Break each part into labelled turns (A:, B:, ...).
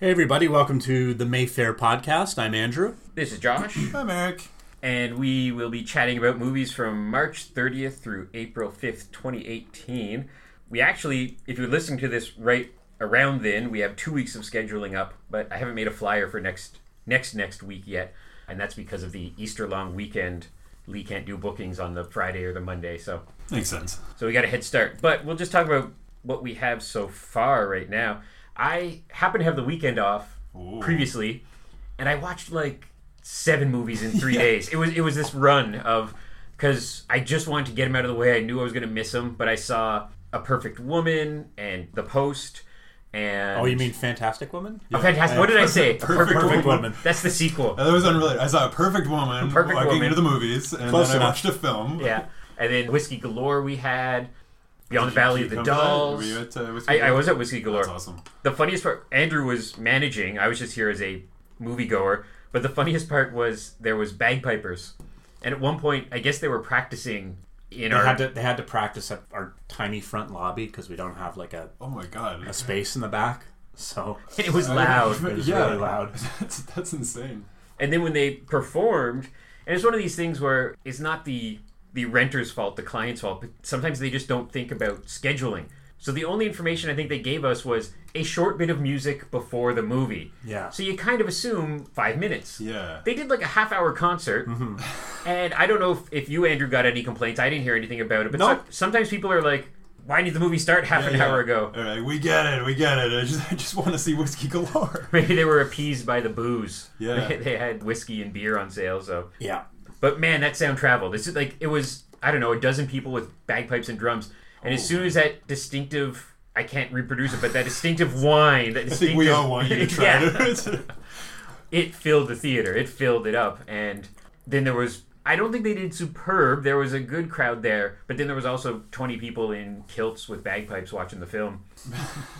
A: Hey, everybody, welcome to the Mayfair podcast. I'm Andrew.
B: This is Josh,
C: I'm Eric.
B: and we will be chatting about movies from March 30th through April 5th, 2018. We actually, if you're listening to this right around then, we have two weeks of scheduling up, but I haven't made a flyer for next next next week yet, and that's because of the Easter long weekend. Lee can't do bookings on the Friday or the Monday, so
A: Makes sense.
B: so we got a head start. But we'll just talk about what we have so far right now. I happen to have the weekend off previously, and I watched like seven movies in three days. It was it was this run of because I just wanted to get them out of the way. I knew I was going to miss them, but I saw A Perfect Woman and The Post. And
A: Oh, you mean Fantastic Woman?
B: a fantastic? What did I say? A
C: Perfect
A: Woman.
B: That's the sequel.
C: That was unrelated. I saw a perfect woman
B: Perfect
C: walking
B: Woman.
C: into the movies, and
A: Close
C: then I
A: enough.
C: watched a film.
B: Yeah, and then Whiskey Galore. We had Beyond the Valley of the
C: Come to that?
B: Dolls.
C: Were you at, uh, Whiskey
B: I, I
C: Go?
B: was at Whiskey Galore.
C: That's awesome.
B: The funniest part, Andrew was managing. I was just here as a moviegoer. But the funniest part was there was bagpipers, and at one point, I guess they were practicing in
A: They
B: our.
A: had to they had to practice at our tiny front lobby because we don't have like a,
C: Oh my god.
A: a space in the back. So
B: it was loud,
A: It was
C: yeah.
A: really loud.
C: that's, that's insane.
B: and then when they performed, and it's one of these things where it's not the the renter's fault, the client's fault, but sometimes they just don't think about scheduling. So the only information I think they gave us was a short bit of music before the movie.
A: Yeah.
B: So you kind of assume five minutes.
C: Yeah.
B: They did like a half hour concert,
C: Mm-hmm.
B: and I don't know if, if you, Andrew, got any complaints. I didn't hear anything about it, but
A: Nope.
B: some- sometimes people are like, why did the movie start half an
C: Yeah.
B: hour ago?
C: All right, we get it. We get it. I just, I just want to see Whiskey Galore.
B: Maybe they were appeased by the booze.
C: Yeah.
B: They, they had whiskey and beer on sale, so.
A: yeah,
B: But man, that sound traveled. It's like, it was, I don't know, a dozen people with bagpipes and drums, and as soon as that distinctive. I can't reproduce it, but that distinctive whine, that
C: I
B: distinctive,
C: think we all want you to try
B: Yeah.
C: it.
B: it filled the theater. It filled it up, and then there was. I don't think they did superb. There was a good crowd there, but then there was also twenty people in kilts with bagpipes watching the film.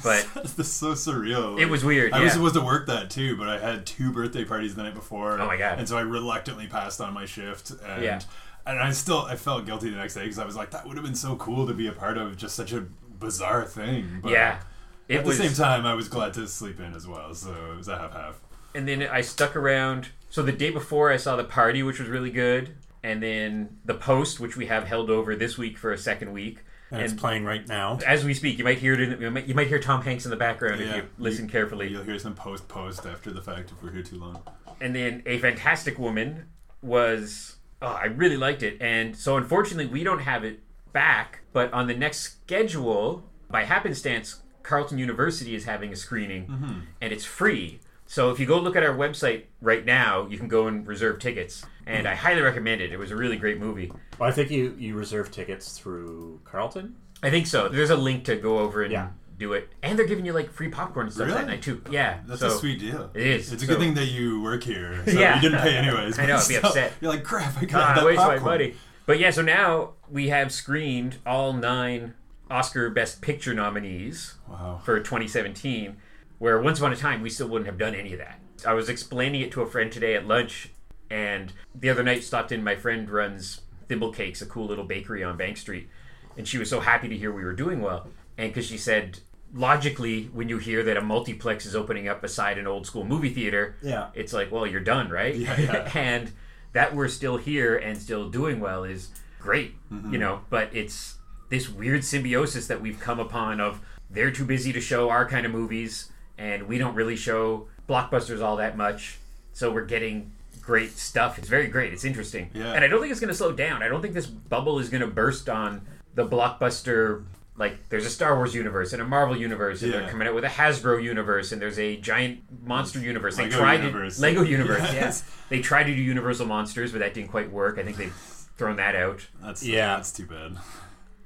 B: But
C: that's just so surreal.
B: it was weird.
C: I
B: yeah.
C: was supposed to work that too, but I had two birthday parties the night before.
B: Oh my God.
C: And so I reluctantly passed on my shift, and
B: Yeah.
C: and I still I felt guilty the next day because I was like, that would have been so cool to be a part of, just such a bizarre thing. But
B: yeah, it
C: At
B: was.
C: the same time, I was glad to sleep in as well, so it was a half half.
B: and then I stuck around. So the day before, I saw the party, which was really good, and then the post, which we have held over this week for a second week.
A: and, it's playing right now.
B: as we speak, you might hear it. In, you, might, you might hear Tom Hanks in the background if
C: Yeah.
B: you listen carefully.
C: You'll hear some post post after the fact if we're here too long.
B: and then a fantastic woman was oh, i really liked it and so unfortunately we don't have it back but on the next schedule by happenstance carleton university is having a screening
C: Mm-hmm.
B: and it's free so if you go look at our website right now you can go and reserve tickets and i highly recommend it it was a really great movie
A: Well, I think you you reserve tickets through Carlton.
B: i think so there's a link to go over and
A: Yeah.
B: do it and they're giving you like free popcorn and stuff that
C: Really?
B: night too yeah
C: That's
B: so
C: a sweet deal.
B: it is.
C: It's a
B: So-
C: good thing that you work here. So
B: Yeah.
C: You didn't pay anyways.
B: I know,
C: but
B: I'd be
C: still,
B: upset.
C: You're like, crap, I
B: Ah,
C: got that
B: waste
C: popcorn.
B: my money. But yeah, so now we have screened all nine Oscar Best Picture nominees
C: Wow.
B: for 2017, where once upon a time we still wouldn't have done any of that. I was explaining it to a friend today at lunch, and the other night stopped in. My friend runs Thimble Cakes, a cool little bakery on Bank Street, and she was so happy to hear we were doing well, and because she said. Logically, when you hear that a multiplex is opening up beside an old school movie theater,
A: Yeah.
B: it's like, well, you're done, right?
C: Yeah, yeah.
B: and that we're still here and still doing well is great,
C: Mm-hmm.
B: you know. But it's this weird symbiosis that we've come upon of they're too busy to show our kind of movies, and we don't really show blockbusters all that much. So we're getting great stuff. It's very great. It's interesting,
C: Yeah.
B: and I don't think it's going to slow down. I don't think this bubble is going to burst on the blockbuster. Like there's a Star Wars universe and a Marvel universe, and they're
C: Yeah.
B: coming out with a Hasbro universe, and there's a giant monster universe. They
C: Lego
B: tried
C: universe.
B: to Lego universe.
C: Yes.
B: Yes, they tried to do Universal Monsters, but that didn't quite work. I think they've thrown that out.
C: That's,
A: Yeah.
C: That's too bad.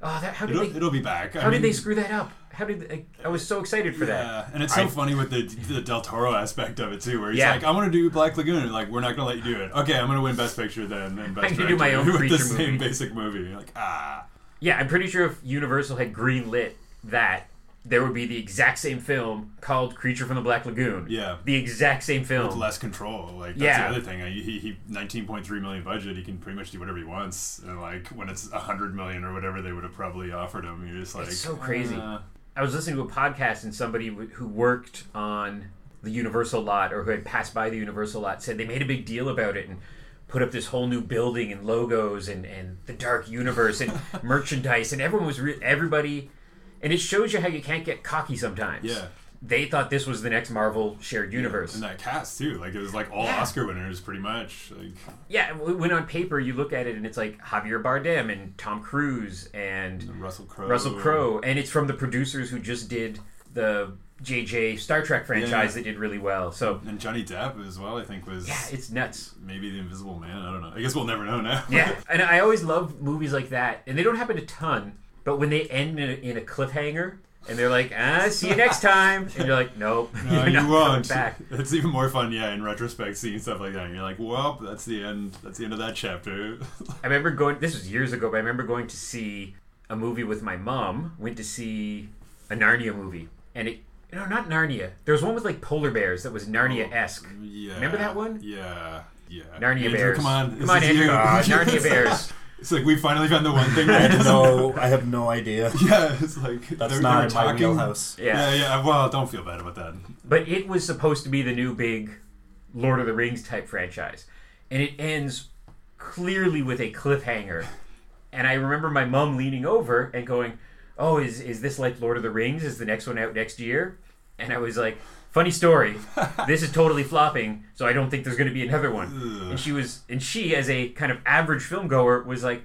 B: Oh, that, how did
C: It'll,
B: they?
C: it'll be back.
B: How did they screw that up? How did like, I was so excited for that?
C: Yeah, and it's so funny with the the Del Toro aspect of it too, where he's
B: Yeah.
C: like, "I want to do Black Lagoon," and like, "We're not going to let you do it." Okay, I'm going to win Best Picture then, and Best
B: can do my
C: Director
B: own
C: with
B: creature
C: the same
B: movie.
C: basic movie. You're like, ah,
B: Yeah, I'm pretty sure if Universal had greenlit that, there would be the exact same film called Creature from the Black Lagoon.
C: Yeah.
B: the exact same film.
C: less control. Like that's
B: Yeah.
C: the other thing. He, he, he 19.3 million budget. He can pretty much do whatever he wants. And like when it's 100 million or whatever they would have probably offered him, you're just like,
B: so crazy.
C: uh,
B: I was listening to a podcast and somebody w- who worked on the Universal lot or who had passed by the Universal lot said they made a big deal about it and put up this whole new building and logos and, and the dark universe and merchandise and everyone was re- everybody and it shows you how you can't get cocky sometimes.
C: Yeah.
B: They thought this was the next Marvel shared universe.
C: And that cast too, like it was like all
B: Yeah.
C: Oscar winners pretty much. Like
B: Yeah, w- when on paper you look at it and it's like Javier Bardem and Tom Cruise and
C: Russell Crowe.
B: Russell Crowe, and it's from the producers who just did the JJ Star Trek franchise that did really well. So
C: and Johnny Depp as well. I think was
B: yeah, it's nuts.
C: maybe the Invisible Man. I don't know. I guess we'll never know now.
B: Yeah, and I always love movies like that, and they don't happen a ton, but when they end in a, in a cliffhanger. And they're like, ah, see you next time. And you're like, nope,
C: No,
B: you're not
C: Uh, you
B: coming
C: won't.
B: back.
C: It's even more fun, yeah. In retrospect, seeing stuff like that, and you're like, "Well, that's the end. That's the end of that chapter."
B: I remember going. This was years ago, but I remember going to see a movie with my mom. Went to see a Narnia movie, and it no, not Narnia. There was one with like polar bears that was
C: Oh,
B: Narnia esque.
C: yeah.
B: Remember that one?
C: Yeah. Yeah.
B: Narnia
C: Andrew,
B: bears.
C: Come on.
B: come
C: this
B: on,
C: is
B: Andrew.
C: you.
B: Ah, Narnia
C: It's like-
B: bears.
C: It's like we finally found the one thing.
A: I
C: That
A: have
C: doesn't-
A: no, I have no idea.
C: Yeah. It's like
A: That's
C: they're,
A: not
C: they're
A: in my
C: talking.
A: wheelhouse.
B: Yeah.
C: Yeah. Yeah. Well, don't feel bad about that.
B: But it was supposed to be the new big Lord of the Rings type franchise, and it ends clearly with a cliffhanger. And I remember my mom leaning over and going, "Oh, is is this like Lord of the Rings? Is the next one out next year?" And I was like, "Funny story. this is totally flopping, so I don't think there's going to be another one." And she was, and she, as a kind of average film goer, was like,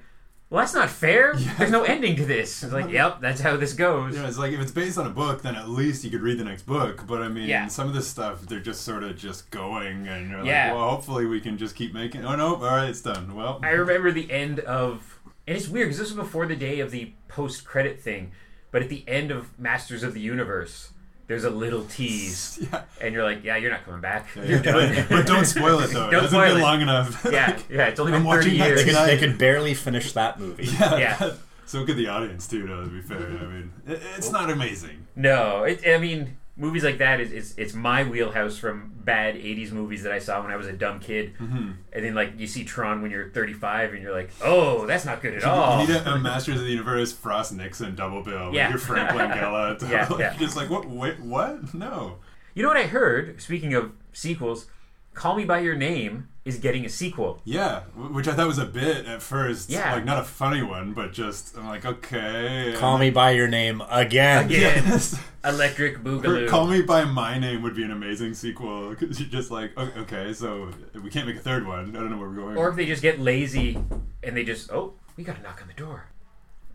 B: "Well, that's not fair. There's no ending to this." It's like, "Yep, that's how this goes."
C: Yeah. It's like if it's based on a book, then at least you could read the next book. But I mean,
B: Yeah.
C: some of this stuff, they're just sort of just going, and you're
B: Yeah.
C: like, "Well, hopefully we can just keep making." Oh no! All right, it's done. Well.
B: I remember the end of, and it's weird because this was before the day of the post-credit thing, but at the end of Masters of the Universe, there's a little tease,
C: yeah.
B: and you're like, yeah, you're not coming back. You're done.
C: but, but don't spoil it though.
B: Don't
C: it hasn't
B: spoil
C: been
B: it.
C: long enough.
B: yeah, yeah, it's only been
C: I'm
B: 30
C: watching that
B: years.
A: They could,
C: Tonight.
A: they could barely finish that movie.
B: Yeah.
C: so could the audience too. though, To be fair, I mean, it, it's not amazing.
B: No, it, I mean, movies like that is it's, it's my wheelhouse from bad '80s movies that I saw when I was a dumb kid,
C: Mm-hmm.
B: and then like you see Tron when you're 35, and you're like, oh, that's not good at all.
C: You need a, a Masters of the Universe, Frost Nixon double bill. with
B: Yeah.
C: Your Frank Langella.
B: Yeah,
C: like,
B: yeah.
C: Just like what? Wait, what? No.
B: You know what I heard? Speaking of sequels, Call Me by Your Name is getting a sequel.
C: Yeah, wh- which I thought was a bit at first.
B: Yeah.
C: Like not a funny one, but just I'm like okay.
A: Call me by your name again.
B: Again.
C: Yes.
B: Electric
C: Or
B: Boogaloo.
C: Call Me by My Name would be an amazing sequel because you're just like o- okay, so we can't make a third one. I don't know where we're going.
B: or if they just get lazy and they just, oh, we got to knock on the door.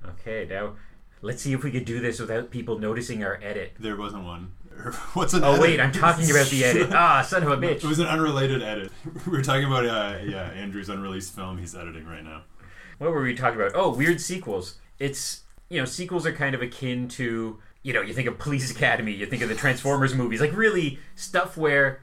B: Okay, now let's see if we could do this without people noticing our edit.
C: there wasn't one. What's an
B: Oh,
C: edit?
B: wait, I'm talking about the edit. Ah, son of a bitch.
C: It was an unrelated edit. We were talking about uh, yeah Andrew's unreleased film he's editing right now.
B: what were we talking about? Oh, weird sequels. It's you know, sequels are kind of akin to you know, you think of Police Academy, you think of the Transformers movies, like really stuff where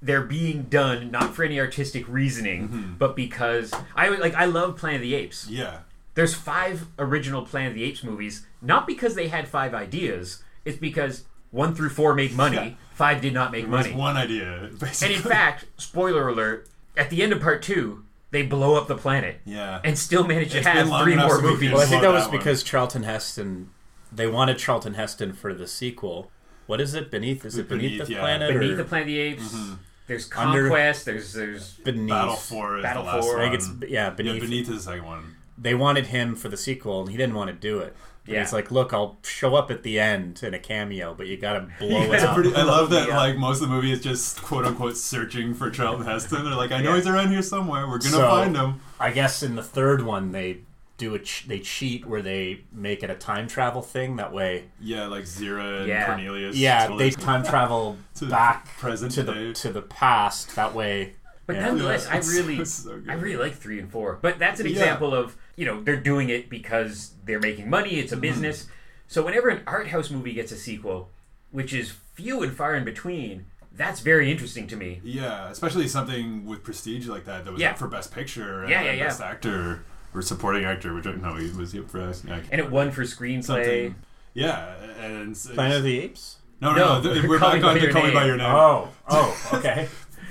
B: they're being done not for any artistic reasoning,
C: Mm-hmm.
B: but because I like I love Planet of the Apes.
C: Yeah,
B: There's five original Planet of the Apes movies, not because they had five ideas, it's because one through four made money,
C: Yeah.
B: five did not make
C: there's
B: money.
C: one idea
B: And
C: basically.
B: in fact, spoiler alert, at the end of part two, they blow up the planet
C: yeah,
B: and still manage to
C: It's
B: have
C: been long
B: three
C: enough
B: more
C: so we
B: movies.
C: can-
A: Well, I think
C: Love
A: that was
C: that one.
A: because Charlton Heston. They wanted Charlton Heston for the sequel. What is it? Beneath? Is it Beneath,
C: Beneath,
A: the
C: yeah.
A: Planet?
B: Beneath the
A: or
B: Planet of the Apes.
C: Mm-hmm.
B: There's
A: Under-
B: Conquest. there's there's
A: Beneath.
C: Battle Four is
B: Battle
C: the last
B: Four.
C: one.
A: I think it's yeah
C: yeah,
A: beneath.
C: beneath is the second one.
A: They wanted him for the sequel, and he didn't want to do it. But
B: Yeah.
A: He's like, look, I'll show up at the end in a cameo, but you gotta blow it
C: It's a
A: up.
C: pretty, Um, I love that.
B: Yeah.
C: Like most of the movie is just quote unquote searching for Charlton Heston. They're like, I know
B: Yeah.
C: he's around here somewhere. We're gonna
A: So-
C: find him.
A: I guess in the third one they do a ch- they cheat where they make it a time travel thing. That way,
C: Yeah, like Zira and
B: Yeah.
C: Cornelius.
A: yeah, they
C: totally
A: time travel
C: To the
A: back
C: present
A: to the
C: day.
A: to the past. That way,
B: but
A: Yeah.
B: nonetheless,
C: Yeah,
B: I
C: it's-
B: really
C: it's so good.
B: I really like three and four. But that's an
C: Yeah.
B: example of you know they're doing it because they're making money.
C: Mm-hmm.
B: It's a business. So whenever an art house movie gets a sequel, which is few and far in between, that's very interesting to me.
C: Yeah, especially something with prestige like that that was
B: Yeah.
C: up for Best Picture and
B: Yeah, yeah, yeah.
C: Best Actor or Supporting Actor, which I no, he was up for us. Yeah,
B: And it won for screenplay.
C: something. Yeah, and it's,
A: Planet of
C: no,
A: the Apes.
C: no, no,
B: No,
C: th- we're
B: Call Me
C: back
B: By
C: on
B: Your
C: to Call Me by
B: Name.
C: Your Name.
A: Oh, oh, okay.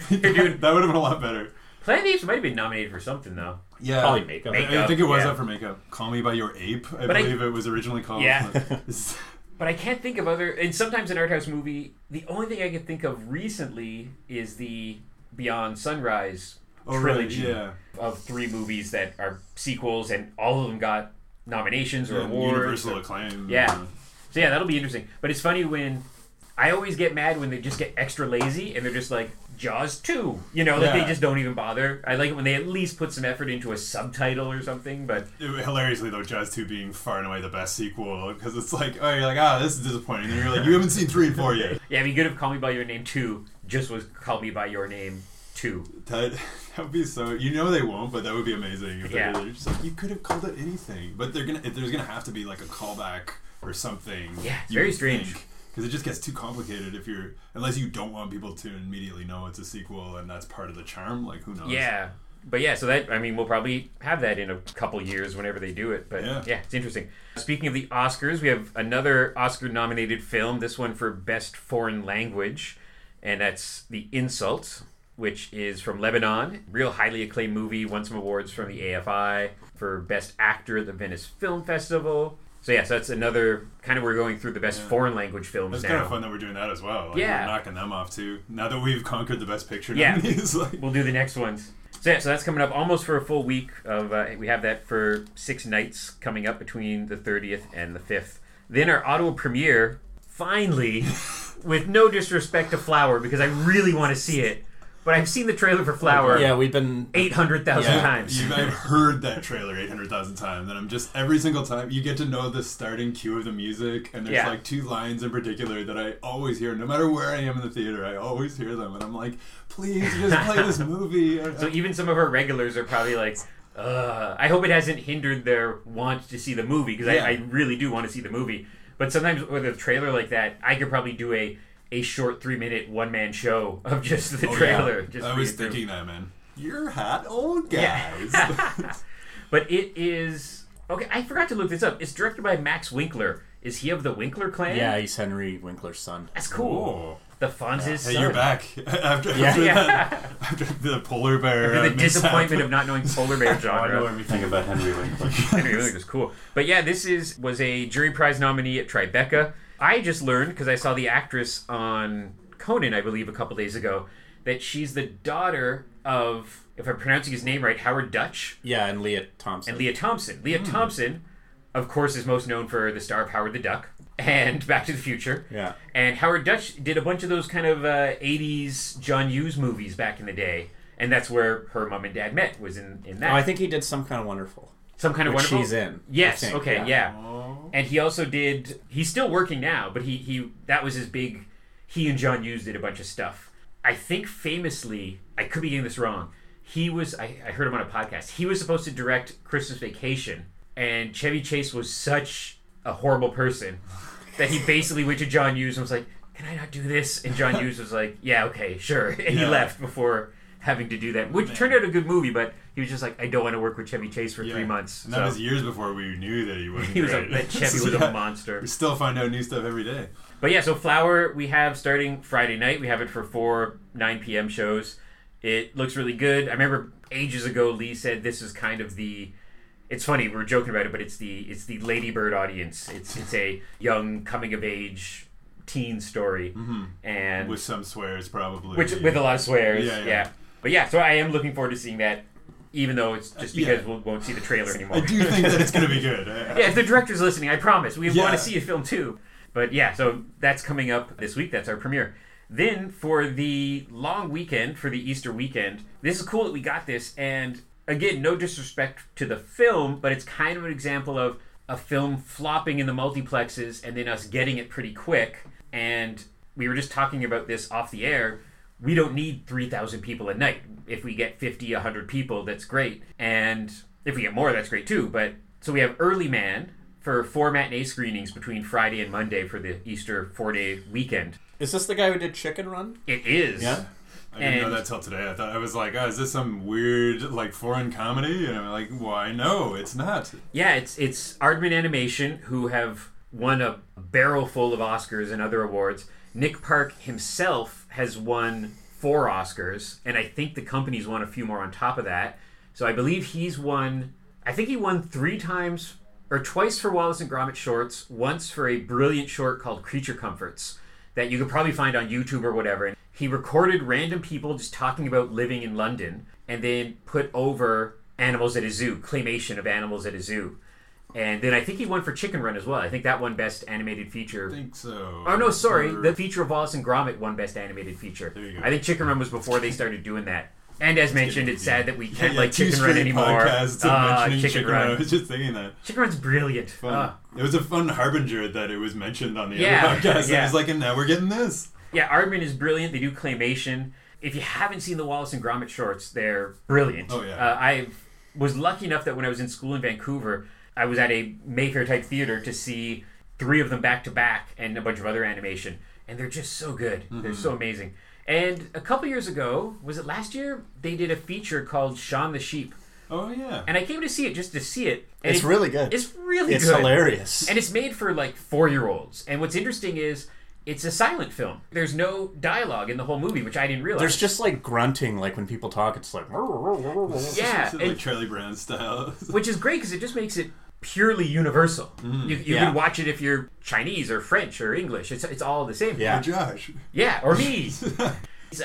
B: dude.
C: that would have been a lot better.
B: Planet of the Apes might have been nominated for something though.
C: Yeah,
A: Probably makeup.
C: I- I
B: Makeup,
C: think it was
B: yeah.
C: up for makeup. Call Me by Your Ape, I
B: But I-
C: believe it was originally called.
B: Yeah.
C: It's-
B: But I can't think of other. And sometimes an art house movie, the only thing I can think of recently is the Beyond Sunrise
C: Oh, right,
B: trilogy
C: yeah.
B: of three movies that are sequels, and all of them got nominations or
C: Yeah,
B: awards.
C: Universal
B: or-
C: acclaim.
B: Yeah. So yeah, that'll be interesting. But it's funny when I always get mad when they just get extra lazy and they're just like Jaws two. You know, like
C: Yeah.
B: they just don't even bother. I like it when they at least put some effort into a subtitle or something. But
C: It- hilariously though, Jaws two being far and away the best sequel because it's like, oh, you're like, ah, this is disappointing. And you're like, you haven't seen three and four yet.
B: yeah, I mean, good if Call Me by Your Name two just was Call Me by Your Name two.
C: That that would be so. You know they won't, but that would be amazing. If they
B: Yeah.
C: did. They're just like, you could have called it anything, but they're gonna. If there's gonna have to be like a callback or something.
B: Yeah, it's very strange.
C: Because it just gets too complicated if you're unless you don't want people to immediately know it's a sequel and that's part of the charm. Like who knows?
B: Yeah. But yeah, so that I mean, we'll probably have that in a couple years whenever they do it. But
C: Yeah.
B: yeah, it's interesting. Speaking of the Oscars, we have another Oscar-nominated film. This one for Best Foreign Language, and that's The Insult, which is from Lebanon. Real highly acclaimed movie. Won some awards from the AFI for Best Actor at the Venice Film Festival. So yeah, so that's another kind of we're going through the best foreign language films
C: It's
B: now.
C: kind of fun that we're doing that as well. Like,
B: Yeah.
C: we're knocking them off too. Now that we've conquered the best picture,
B: Yeah.
C: nominees, like,
B: We'll do the next ones. So yeah, so that's coming up almost for a full week of. Uh, we have that for six nights coming up between the 30th and the 5th. Then our Ottawa premiere, finally, with no disrespect to Flower because I really want to see it, but I've seen the trailer for Flower
A: Yeah, we've been.
B: 800,000
A: Yeah.
B: times.
C: You, I've heard that trailer 800,000 times, and I'm just every single time you get to know the starting cue of the music, and there's
B: Yeah.
C: like two lines in particular that I always hear, no matter where I am in the theater, I always hear them, and I'm like, please just play this movie. And-
B: So even some of her regulars are probably like. Uh, I hope it hasn't hindered their want to see the movie because
C: Yeah.
B: I, I really do want to see the movie. But sometimes with a trailer like that, I could probably do a a short three minute one man show of just the
C: Oh, yeah.
B: trailer. Just
C: I
B: read
C: was
B: it through.
C: thinking that, man. You're hot old guys.
B: but it is okay. I forgot to look this up. It's directed by Max Winkler. Is he of the Winkler clan?
A: Yeah, he's Henry Winkler's son.
B: that's cool.
C: Ooh.
B: The Fonz's
C: Oh. Hey,
B: son.
C: you're back after after,
A: Yeah.
C: that- after the polar bear.
B: The
C: uh, mishap.
B: disappointment of not knowing polar bear
D: I know
B: genre.
D: everything about Henry Winkler.
B: Henry Winkler was cool. But yeah, this is was a jury prize nominee at Tribeca. I just learned because I saw the actress on Conan, I believe, a couple days ago, that she's the daughter of, if I'm pronouncing his name right, Howard Dutch.
A: Yeah, and Leah Thompson.
B: and Leah Thompson.
A: Hmm.
B: Leah Thompson, of course, is most known for the star of Howard the Duck and Back to the Future.
A: Yeah.
B: And Howard Dutch did a bunch of those kind of uh, 80s John Hughes movies back in the day. And that's where her mom and dad met, was in, in that.
A: oh, I think he did some kind of wonderful.
B: Some kind of
A: Which
B: wonderful.
A: she's in, I
B: Yes.
A: think,
B: okay.
A: yeah.
B: Yeah.
C: Oh.
B: And he also did. He's still working now, but he he that was his big. He and John Hughes did a bunch of stuff. I think famously, I could be getting this wrong. He was. I, I heard him on a podcast. He was supposed to direct Christmas Vacation, and Chevy Chase was such a horrible person that he basically went to John Hughes and was like, "Can I not do this?" And John Hughes was like, "Yeah, okay, sure," and he
C: Yeah.
B: left before having to do that, which turned out a good movie. But he was just like, "I don't want to work with Chevy Chase for three
C: Yeah.
B: months."
C: And that
B: so-
C: was years before we knew that he wasn't.
B: he was a
C: great.
B: that Chevy
C: So,
B: was
C: yeah,
B: a monster.
C: We still find out new stuff every day.
B: But yeah, so Flower we have starting Friday night. We have it for four 9 p.m. shows. It looks really good. I remember ages ago Lee said this is kind of the it's funny, we were joking about it, but it's the it's the ladybird audience. It's it's a young coming of age teen story. And
C: Mm-hmm. With some swears, probably.
B: which with a lot of swears.
C: Yeah,
B: Yeah,
C: yeah.
B: But yeah, so I am looking forward to seeing that even though it's just
C: Uh, yeah.
B: because we won't see the trailer anymore.
C: I do think that it's going to be good. I-
B: Yeah, if the director's listening, I promise we
C: Yeah.
B: want to see a film too. But yeah, so that's coming up this week. That's our premiere. Then for the long weekend, for the Easter weekend, this is cool that we got this. And again, no disrespect to the film, but it's kind of an example of a film flopping in the multiplexes and then us getting it pretty quick. And we were just talking about this off the air. We don't need 3,000 people a night. If we get 50, 100 people, that's great. And if we get more, that's great too. But so we have Early Man for four matinee screenings between Friday and Monday for the Easter four day weekend.
A: Is this the guy who did Chicken Run?
B: It is.
A: Yeah.
C: I didn't know
B: And-
C: that till today. I thought I was like, oh, is this some weird like foreign comedy? And I'm like, why no, it's not.
B: Yeah, it's it's Aardman Animation who have won a barrel full of Oscars and other awards. Nick Park himself has won four Oscars, and I think the company's won a few more on top of that. So I believe he's won. I think he won three times or twice for Wallace and Gromit shorts, once for a brilliant short called Creature Comforts that you could probably find on YouTube or whatever. And he recorded random people just talking about living in London and then put over animals at a zoo, claymation of animals at a zoo. And then I think he won for Chicken Run as well. I think that won Best Animated Feature.
C: I think so.
B: Oh no, sorry.
C: Or-
B: The feature of Wallace and Gromit won Best Animated Feature.
C: There you go.
B: I think Chicken Run was before they started doing that. And as mentioned, it's sad that we can't
C: yeah,
B: like
C: two
B: Chicken Run
C: straight
B: anymore.
C: Podcasts of
B: Ah,
C: mentioning
B: Chicken, Run.
C: I was just thinking that.
B: Chicken Run's brilliant.
C: Fun.
B: Ah.
C: it was a fun harbinger that it was mentioned on the
B: Yeah,
C: other podcast.
B: yeah.
C: I was like, and now we're getting this.
B: yeah, Aardman is brilliant. They do claymation. If you haven't seen the Wallace and Gromit shorts, they're brilliant.
C: Oh, yeah.
B: Uh, I was lucky enough that when I was in school in Vancouver, I was at a maker type theater to see three of them back to back and a bunch of other animation, and they're just so good.
A: Mm-hmm.
B: They're so amazing. And a couple years ago, was it last year? They did a feature called Shaun the Sheep,
C: Oh yeah.
B: and I came to see it just to see it. and
A: It's
B: it-
A: really good.
B: It's really
A: It's
B: good.
A: hilarious.
B: And it's made for like four year olds. And what's interesting is it's a silent film. There's no dialogue in the whole movie, which I didn't realize.
A: There's just like grunting, like when people talk, it's like.
B: yeah,
C: Sort of like
B: and-
C: Charlie Brown style.
B: which is great because it just makes it purely universal. you you
A: Mm-hmm. Yeah.
B: can watch it if you're Chinese or French or English. It's it's all the same.
A: Yeah.
C: Hey, Josh.
B: Yeah, or me.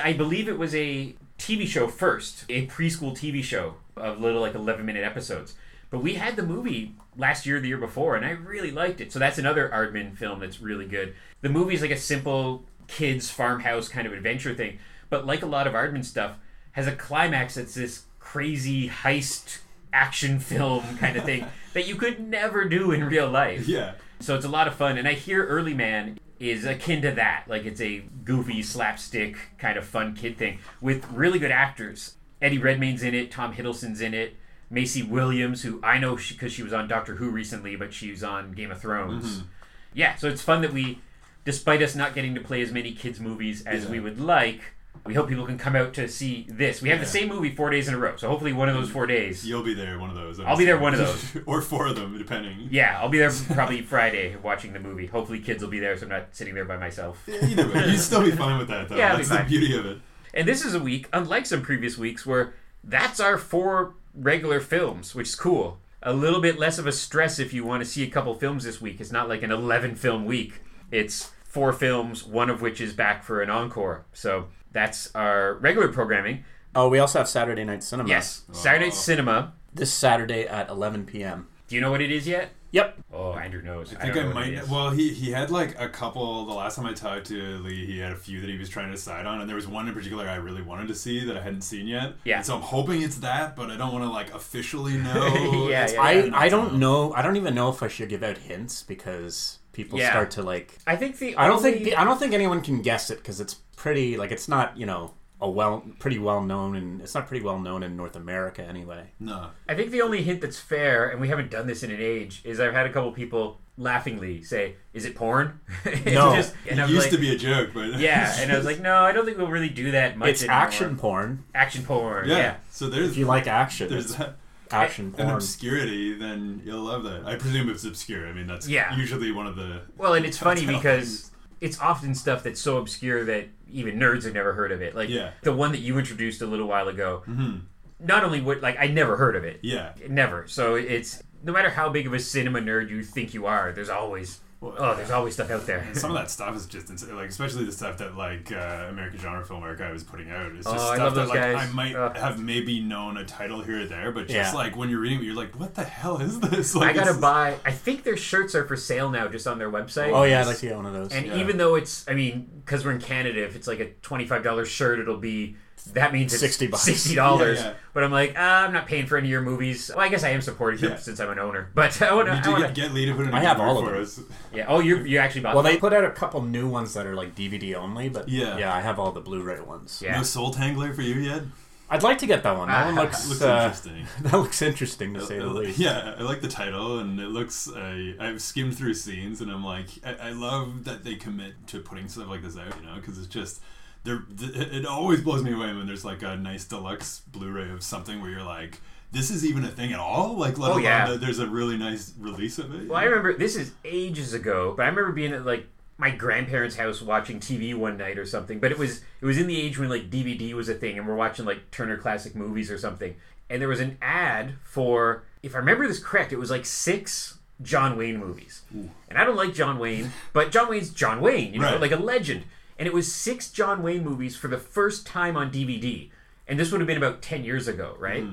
B: I believe it was a TV show first, a preschool TV show of little like 11 minute episodes. But we had the movie last year, the year before, and I really liked it. So that's another Aardman film that's really good. The movie's like a simple kids' farmhouse kind of adventure thing, but like a lot of Aardman stuff, has a climax that's this crazy heist action film kind of thing that you could never do in real life.
C: Yeah.
B: So it's a lot of fun, and I hear Early Man is akin to that. Like it's a goofy slapstick kind of fun kid thing with really good actors. Eddie Redmayne's in it. Tom Hiddleston's in it. Macy Williams, who I know because she, was on Doctor Who recently, but she was on Game of Thrones.
C: Mm-hmm.
B: Yeah, so it's fun that we, despite us not getting to play as many kids' movies as
C: Yeah.
B: we would like, we hope people can come out to see this. We have the
C: Yeah. Mm.
B: same movie four days in a row, so hopefully one of those four days.
C: You'll be there one of those. I'm
B: I'll be there
C: assuming.
B: one of those.
C: or four of them, depending.
B: Yeah, I'll be there probably Friday watching the movie. Hopefully, kids will be there, so I'm not sitting there by myself.
C: Either way, you'd still be fine with that though.
B: Yeah, I'll be
C: That's the
B: fine.
C: beauty of it.
B: And this is a week, unlike some previous weeks, where that's our four regular films, which is cool. A little bit less of a stress if you want to see a couple films this week. It's not like an 11 film week, it's four films, one of which is back for an encore. So that's our regular programming.
A: Oh, we also have Saturday Night Cinema.
B: Yes, Saturday Night
C: Oh.
B: Cinema.
A: This Saturday at 11 p.m.
B: Do you know what it is yet?
A: Yep.
B: Oh, Andrew knows.
C: I think I
B: don't know what it
C: might.
B: is.
C: Well, he he had like a couple. The last time I talked to Lee, he had a few that he was trying to decide on, and there was one in particular I really wanted to see that I hadn't seen yet.
B: Yeah.
C: And so I'm hoping it's that, but I don't want to like officially know.
B: Yeah, yeah.
A: I, I don't know. I don't even know if I should give out hints because people
B: Yeah.
A: start to like.
B: I think the.
A: I don't
B: only-
A: think I don't think anyone can guess it because it's pretty like it's not you know a well pretty well known and it's not pretty well known in North America anyway.
C: No.
B: I think the only hint that's fair, and we haven't done this in an age, is I've had a couple people laughingly say, "Is it porn?" It's
A: No.
B: and
C: it
B: I'm
C: used
B: like,
C: to be a joke, but
B: Yeah, and I was like, "No, I don't think we'll really do that much."
A: it's
B: anymore."
A: action porn.
B: action porn.
C: yeah.
B: Yeah.
C: So there's
A: If you like action,
C: there's
A: it's
C: that.
A: action
C: an
A: porn.
C: obscurity, then you'll love that. I presume it's obscure. I mean, that's
B: Yeah.
C: usually one of the.
B: Well, and it's funny
C: Telltale
B: because it's often stuff that's so obscure that even nerds have never heard of it. Like
C: Yeah.
B: the one that you introduced a little while ago.
C: Mhm.
B: Not only would like I never heard of it.
C: Yeah.
B: Never. So it's no matter how big of a cinema nerd you think you are, there's always
C: Well,
B: oh, there's always stuff out there.
C: Some of that stuff is just insane. like, especially the stuff that like uh, American Genre Film Archive is putting out. It's just
B: Oh, I
C: stuff
B: love
C: that
B: those
C: like
B: guys.
C: I might
B: Ugh.
C: have maybe known a title here or there, but just
A: Yeah.
C: like when you're reading it, you're like, what the hell is this? Like,
B: I gotta
C: it's-
B: buy. I think their shirts are for sale now, just on their website.
A: oh yeah, I'd like to get one of those.
B: And
C: yeah.
B: even though it's, I mean, because we're in Canada, if it's like a twenty-five dollar shirt, it'll be that means it's
A: 60 bucks.
B: sixty dollars.
C: Yeah, yeah.
B: But I'm like, ah, I'm not paying for any of your movies. Well, I guess I am supporting them
C: Yeah.
B: since I'm an owner. But I want
C: You did
B: to.
C: get, get Lee to put in a
A: I
C: good
A: have
C: word
A: all of
C: for
A: them.
C: us.
B: Yeah. Oh, you you actually bought.
A: well,
B: them.
A: they put out a couple new ones that are like DVD only, but
C: Yeah.
A: yeah, I have all the Blu-ray ones.
B: Yeah.
C: No Soul Tangler for you yet?
A: I'd like to get that one. That one looks,
C: Looks
A: uh,
C: interesting.
A: that looks interesting to say the
C: Uh,
A: least.
C: Yeah, I like the title, and it looks. I I've skimmed through scenes, and I'm like, I, I love that they commit to putting stuff like this out, you know, because it's just. There, th- it always blows me away when there's like a nice deluxe Blu-ray of something where you're like, "This is even a thing at all." Like, let
B: Oh,
C: alone
B: yeah.
C: that there's a really nice release of it.
B: Well, I remember this is ages ago, but I remember being at like my grandparents' house watching TV one night or something. But it was it was in the age when like DVD was a thing, and we're watching like Turner Classic Movies or something. And there was an ad for, if I remember this correct, it was like six John Wayne movies. And I don't like John Wayne, but John Wayne's John Wayne, you know,
C: Right.
B: like a legend. And it was six John Wayne movies for the first time on DVD. And this would have been about 10 years ago, right?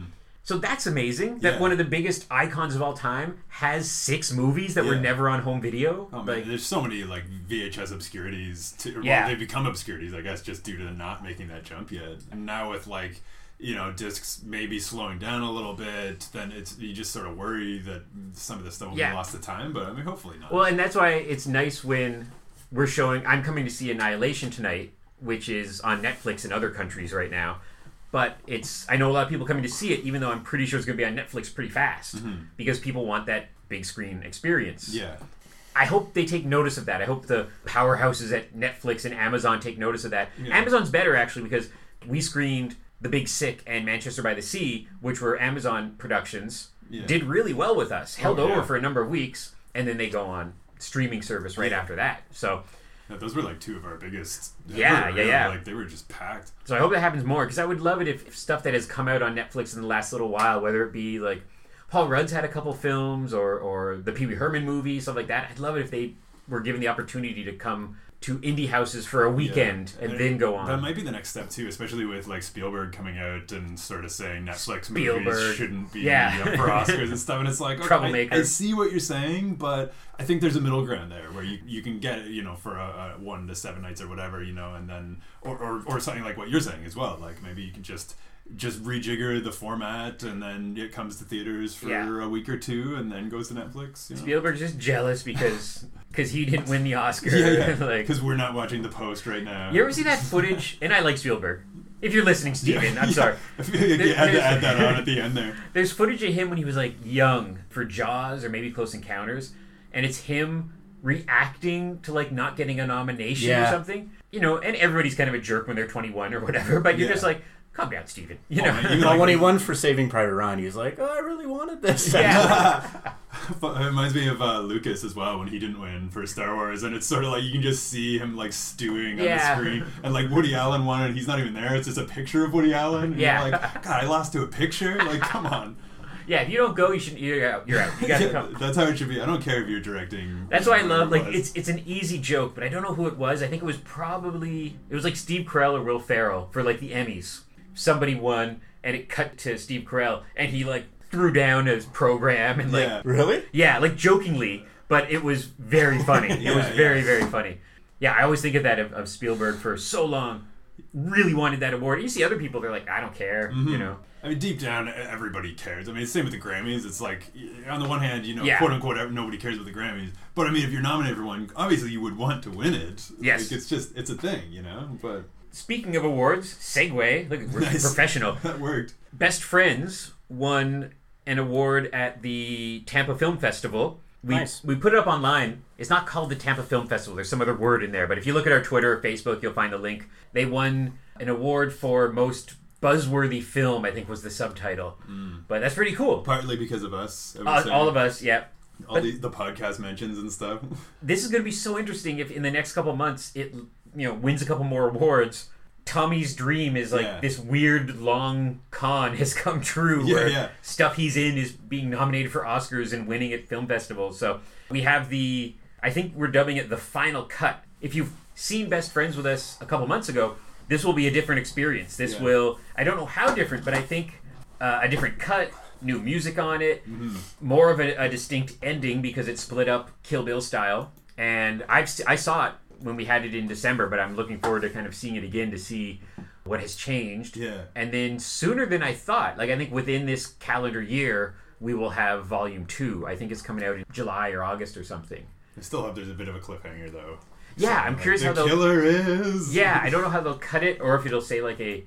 B: So that's amazing that
C: Hmm. Yeah.
B: one of the biggest icons of all time has six movies that were
C: Yeah.
B: never on home video.
C: Oh man,
B: like,
C: there's so many like VHS obscurities. To,
B: Yeah.
C: Well, they become obscurities, I guess, just due to not making that jump yet. And now with like, you know, discs maybe slowing down a little bit, then it's you just sort of worry that some of this stuff will
B: Yeah.
C: be lost to time. But I mean, hopefully not.
B: Well, and that's why it's nice when we're showing. I'm coming to see Annihilation tonight, which is on Netflix in other countries right now. But it's I know a lot of people coming to see it, even though I'm pretty sure it's going to be on Netflix pretty fast because people want that big screen experience.
C: Mm-hmm. yeah.
B: I hope they take notice of that. I hope the powerhouses at Netflix and Amazon take notice of that.
C: Yeah.
B: Amazon's better actually because we screened The Big Sick and Manchester by the Sea, which were Amazon productions,
C: Yeah.
B: did really well with us. Held
C: Oh, yeah.
B: over for a number of weeks, and then they go on streaming service right after that. So,
C: Yeah, those were like two of our biggest.
B: Yeah,
C: ever,
B: yeah,
C: really.
B: yeah.
C: Like they were just packed.
B: so I hope that happens more because I would love it if, if stuff that has come out on Netflix in the last little while, whether it be like Paul Rudd's had a couple films or or the Pee Wee Herman movie, stuff like that. I'd love it if they were given the opportunity to come to indie houses for a weekend and then go on.
C: That might be the next step too, especially with like Spielberg coming out and sort of saying Netflix
B: Spielberg.
C: movies shouldn't be
B: Yeah.
C: up for Oscars and stuff. And it's like, okay,
B: Troublemaker.
C: I, I see what you're saying, but I think there's a middle ground there where you, you can get it, you know, for a, a one to seven nights or whatever, you know, and then or, or or something like what you're saying as well. Like maybe you can just just rejigger the format and then it comes to theaters for
B: Yeah.
C: a week or two and then goes to Netflix. You know?
B: Spielberg's just jealous because because he didn't win the Oscar.
C: yeah, yeah.
B: like,
C: Because we're not watching the post right now.
B: you ever see that footage? And I like Spielberg. If you're listening, Steven, I'm
C: Yeah.
B: sorry.
C: I feel like you had
B: There's-
C: to add that on at the end there.
B: There's footage of him when he was like young for Jaws or maybe Close Encounters, and it's him reacting to like not getting a nomination or
A: Yeah.
B: something. You know, and everybody's kind of a jerk when they're 21 or whatever. But you're
C: Yeah. Oh,
B: just like, calm down, Steven. You know,
C: man, you
A: Well,
C: like-
A: when he won for Saving Private Ryan, he was like, "Oh, I really wanted this."
B: yeah.
C: But It reminds me of uh, Lucas as well when he didn't win for Star Wars, and it's sort of like you can just see him like stewing
B: Yeah.
C: on the screen, and like Woody Allen won, and he's not even there. It's just a picture of Woody Allen. And
B: Yeah.
C: you're like God, I lost to a picture. Like, come on.
B: yeah. If you don't go, you should. You're out. You're out. You gotta
C: Yeah,
B: come.
C: That's how it should be. I don't care if you're directing.
B: That's why I
C: whatever
B: love
C: it
B: like
C: was.
B: it's it's an easy joke, but I don't know who it was. I think it was probably it was like Steve Carell or Will Ferrell for like the Emmys. Somebody won, and it cut to Steve Carell, and he like threw down his program and like yeah,
C: yeah.
A: Really?
B: like jokingly, but it was very funny. it was
C: Yeah,
B: very
C: yeah.
B: very funny. Yeah, I always think of that of, of Spielberg for so long. Really wanted that award. You see other people, they're like, I don't care,
C: Mm-hmm.
B: you know.
C: I mean, deep down, e- everybody cares. I mean, same with the Grammys. It's like, y- on the one hand, you know,
B: Yeah.
C: quote unquote, ev- nobody cares about the Grammys. But I mean, if you're nominated for one, obviously you would want to win it.
B: Yes.
C: Like, it's just, it's a thing, you know? But
B: Speaking of awards, segue. Look, we're
C: Nice.
B: professional.
C: that worked.
B: Best Friends won an award at the Tampa Film Festival. We,
A: Nice.
B: we put it up online. It's not called the Tampa Film Festival. There's some other word in there, but if you look at our Twitter or Facebook, you'll find the link. They won an award for most buzzworthy film. I think was the subtitle,
C: Mm.
B: but that's pretty cool.
C: Partly because of us. I would
B: Uh,
C: say.
B: all of us, yeah.
C: all the, the podcast mentions and stuff.
B: This is going to be so interesting if in the next couple months it you know wins a couple more awards. Tommy's dream is like
C: Yeah.
B: this weird long con has come true
C: Yeah,
B: where
C: yeah.
B: stuff he's in is being nominated for Oscars and winning at film festivals. So we have the I think we're dubbing it the final cut. If you've seen Best Friends with us a couple months ago, this will be a different experience. This
C: Yeah.
B: will I don't know how different, but I think uh, a different cut, new music on it, more of a, a distinct ending because it's split up Kill Bill style. And I've s- I saw it when we had it in December, but I'm looking forward to kind of seeing it again to see what has changed
C: Yeah.
B: and then sooner than I thought. Like I think within this calendar year, we will have volume two. I think it's coming out in July or August or something.
C: I still hope there's a bit of a cliffhanger though.
B: Yeah, I'm
C: Like,
B: curious
C: the
B: how they'll.
C: killer is.
B: Yeah, I don't know how they'll cut it or if it'll say like a.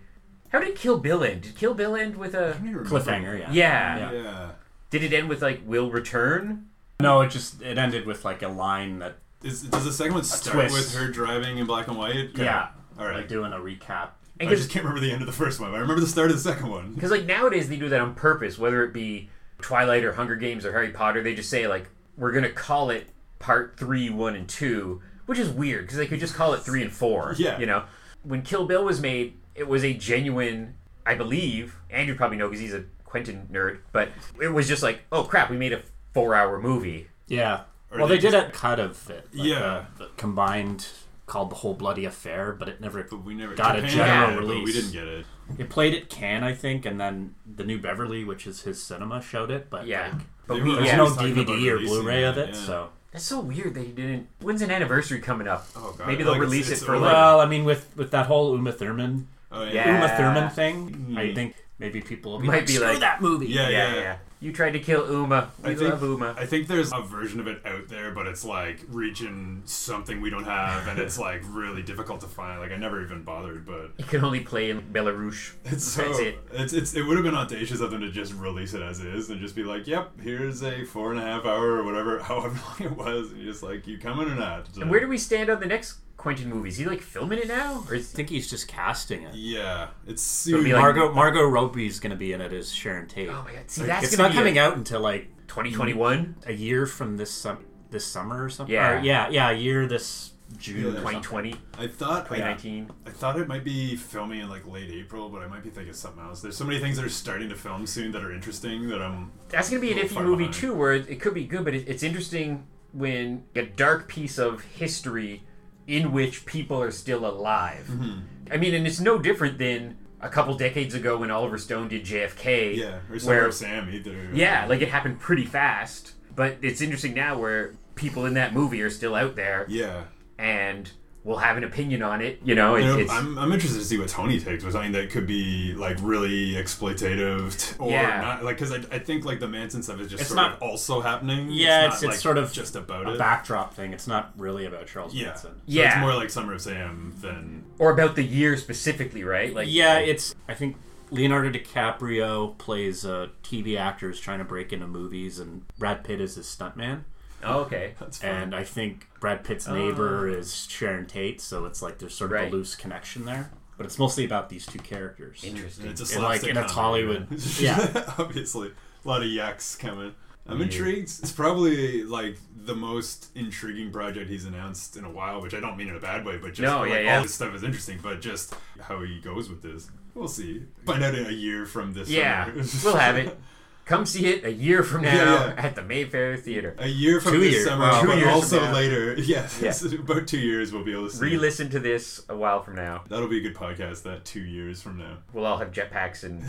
B: How did Kill Bill end? Did Kill Bill end with a?
C: I don't even remember.
A: Cliffhanger. Yeah.
B: Yeah.
A: Yeah.
C: Yeah.
B: Did it end with like will return?
A: No, it just it ended with like a line that
C: Is, does the second one start
A: twist.
C: with her driving in black and white?
A: yeah,
C: All right.
A: like doing a recap.
B: And
C: I just can't remember the end of the first one, but I remember the start of the second one.
B: Because like nowadays they do that on purpose, whether it be Twilight or Hunger Games or Harry Potter, they just say like we're gonna call it Part Three, One, and Two, which is weird because they could just call it Three and Four.
C: Yeah.
B: you know, when Kill Bill was made, it was a genuine, I believe. Andrew probably knows because he's a Quentin nerd, but it was just like, oh crap, we made a four-hour movie.
A: Yeah.
C: Or
A: well, they,
C: they
A: did a cut of it. like,
C: Yeah.
A: uh, combined called the whole bloody affair, but it never.
C: But we never
A: Got a
C: Japan
A: general
C: had it, but we
A: release.
C: didn't get it.
A: It played at Cannes, I think, and then the New Beverly, which is his cinema, showed it. But
B: Yeah.
A: like,
B: But
C: They
B: we,
C: were-
A: there's
B: yeah.
A: no
C: was talking about
A: DVD or
C: releasing
A: Blu-ray of
C: that,
A: it,
C: yeah.
A: so.
B: That's so weird they didn't. When's an anniversary coming up?
C: Oh, God.
B: Maybe they'll
C: Like, it's-
B: release
C: it's
B: it for
C: over.
B: like.
A: Well, I mean, with with that whole Uma Thurman,
C: Oh,
B: Yeah.
A: Uma Thurman thing, I think maybe people will be
B: Might
A: like,
B: be
A: "Screw
B: like-
A: that movie."
C: Yeah,
B: Yeah,
C: yeah,
B: yeah, You tried to kill Uma. We
C: I think-
B: love Uma.
C: I think there's a version of it out there, but it's like reaching something we don't have, and it's like really difficult to find. Like I never even bothered, but
B: It can only play in Belarus.
C: it's so
B: That's it.
C: it's it's it would have been audacious of them to just release it as is and just be like, "Yep, here's a four and a half hour or whatever, however long it was," and you're just like, "You coming or not?"
B: And where do we stand on the next Quentin movie? Is he like filming it now, or
A: I
B: is
A: think he's just casting it.
C: Yeah, it's
B: It'll
C: soon.
B: be like-
A: Margot Margot Robbie's going to be in it as Sharon Tate.
B: oh my god? See,
A: Like,
B: that's
A: it's
B: gonna
A: not
B: be
A: coming out until like
B: 2021,
A: a year from this sum- this summer or something.
B: Yeah.
A: Or, yeah, yeah, a year this June.
C: Yeah.
A: or something.
B: 2020,
C: I thought I,
B: 2019.
C: I thought it might be filming in like late April, but I might be thinking something else. There's so many things that are starting to film soon that are interesting that I'm
B: That's gonna be an
C: Little
B: iffy
C: far
B: movie
C: behind.
B: too, where it, it could be good, but it, it's interesting when a dark piece of history in which people are still alive.
A: Mm-hmm.
B: I mean, and it's no different than a couple decades ago when Oliver Stone did JFK.
C: yeah or
B: where
C: Silver Sam either.
B: Yeah, like it happened pretty fast. But it's interesting now where people in that movie are still out there
C: yeah.
B: and will have an opinion on it. You know, it's,
C: You know,
B: it's
C: I'm, I'm interested to see what Tony takes with something that could be like really exploitative t- or
B: Yeah.
C: not. Like, because I, I think like the Manson stuff is just
A: It's
C: sort
A: not-
C: of also happening.
A: Yeah, it's-
C: not,
A: it's
C: like,
A: sort of
C: just about
A: A
C: it.
A: backdrop thing. It's not really about Charles
C: yeah,
A: Manson.
C: So it's
B: Yeah.
C: more like Summer of Sam than
B: or about the year specifically, right? Like,
A: Yeah, it's. I think Leonardo DiCaprio plays uh, TV actors trying to break into movies, and Brad Pitt is his stuntman.
B: Oh, okay,
C: that's fun.
A: And I think Brad Pitt's neighbor is Sharon Tate, so it's like there's sort of
B: Oh. Right.
A: a loose connection there. But it's mostly about these two characters.
C: And
B: interesting.
C: it's a
A: And, like,
C: slapstick
A: and it's
C: comedy,
A: Hollywood.
C: man.
A: Yeah.
C: obviously, a lot of yucks coming. I'm intrigued. It's probably like the most intriguing project he's announced in a while, which I don't mean in a bad way, but just
B: No,
C: like,
B: yeah, yeah.
C: all this stuff is interesting. But just how he goes with this, we'll see. Find out in a year from this.
B: Yeah,
C: summer.
B: we'll have it. Come see it a year from now
C: Yeah, yeah.
B: at the Mayfair Theater.
C: A year from
A: Two
C: this
A: years.
C: summer,
A: Wow. Two
C: but
B: years from
C: also
B: now.
C: later. Yes, about two years we'll be able to see. it.
B: Re-listen to this a while from now.
C: That'll be a good podcast. That two years from now.
B: We'll all have jetpacks and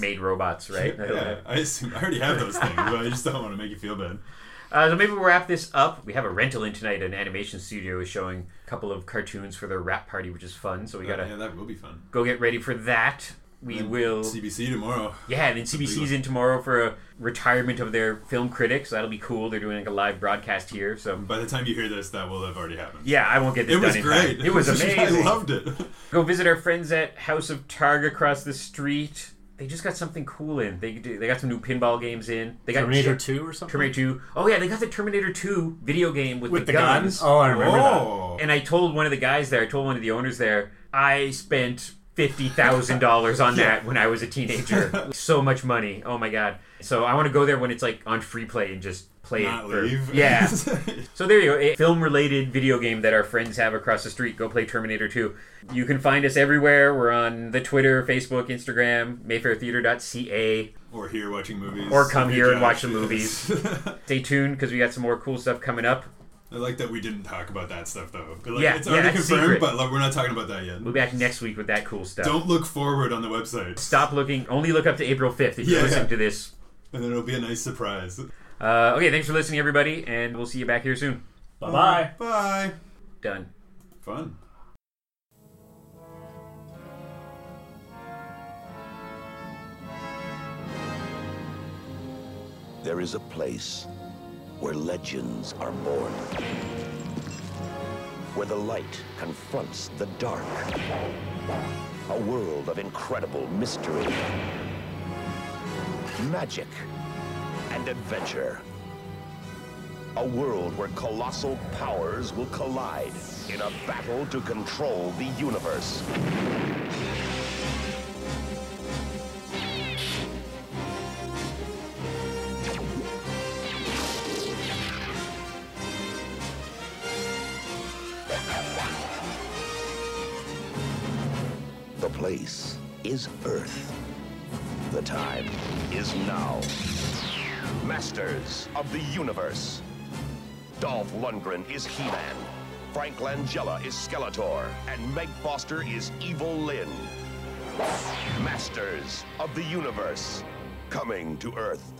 B: made robots, right?
C: Yeah, I assume I already have those things, but I just don't want to make you feel bad.
B: Uh, so maybe we'll wrap this up. We have a rental in tonight. An animation studio is showing a couple of cartoons for their rap party, which is fun. So we gotta
C: yeah, that will be fun.
B: go get ready for that. We
C: And
B: will.
C: CBC tomorrow.
B: yeah, and then CBC's in tomorrow for a retirement of their film critics. That'll be cool. They're doing like a live broadcast here. So
C: By the time you hear this, that will have already happened.
B: yeah, I won't get this
C: It
B: done
C: was
B: in
C: great.
B: time. It was amazing.
C: I loved it.
B: Go visit our friends at House of Targ across the street. They just got something cool in. They they got some new pinball games in. They got
A: Terminator
B: Ch-
A: Two or something.
B: Terminator Two. Oh yeah, they got the Terminator Two video game with,
A: Mm-hmm. with the guns. Oh, I remember that.
C: Oh,
B: And I told one of the guys there, I told one of the owners there, I spent fifty thousand dollars on that when I was a teenager. so much money. Oh my god. So I want to go there when it's like on free play and just play
C: not
B: it. for-
C: leave.
B: Yeah. So there you go, a film-related video game that our friends have across the street. Go play Terminator 2. You can find us everywhere. We're on the Twitter, Facebook, Instagram, MayfairTheater.ca.
C: or here watching movies.
B: Or come here and watch the
C: Yes.
B: Stay tuned because we got some more cool stuff coming up.
C: I like that we didn't talk about that stuff though. Like,
B: Yeah,
C: it's
B: yeah,
C: already
B: that's
C: confirmed,
B: secret.
C: but like, we're not talking about that yet.
B: We'll be back next week with that cool stuff.
C: Don't look forward on the website,
B: Stop looking. Only look up to April 5th if you're
C: Yeah,
B: listening
C: yeah.
B: to this.
C: and then it'll be a nice surprise.
B: Uh, okay, thanks for listening, everybody, and we'll see you back here soon.
A: Bye bye.
C: Bye.
B: Done.
C: Fun.
D: There is a place where legends are born. Where the light confronts the dark. A world of incredible mystery, magic, and adventure. A world where colossal powers will collide in a battle to control the universe. The place is Earth. The time is now. Masters of the Universe. Dolph Lundgren is He-Man. Frank Langella is Skeletor. And Meg Foster is Evil Lyn. Masters of the Universe. Coming to Earth.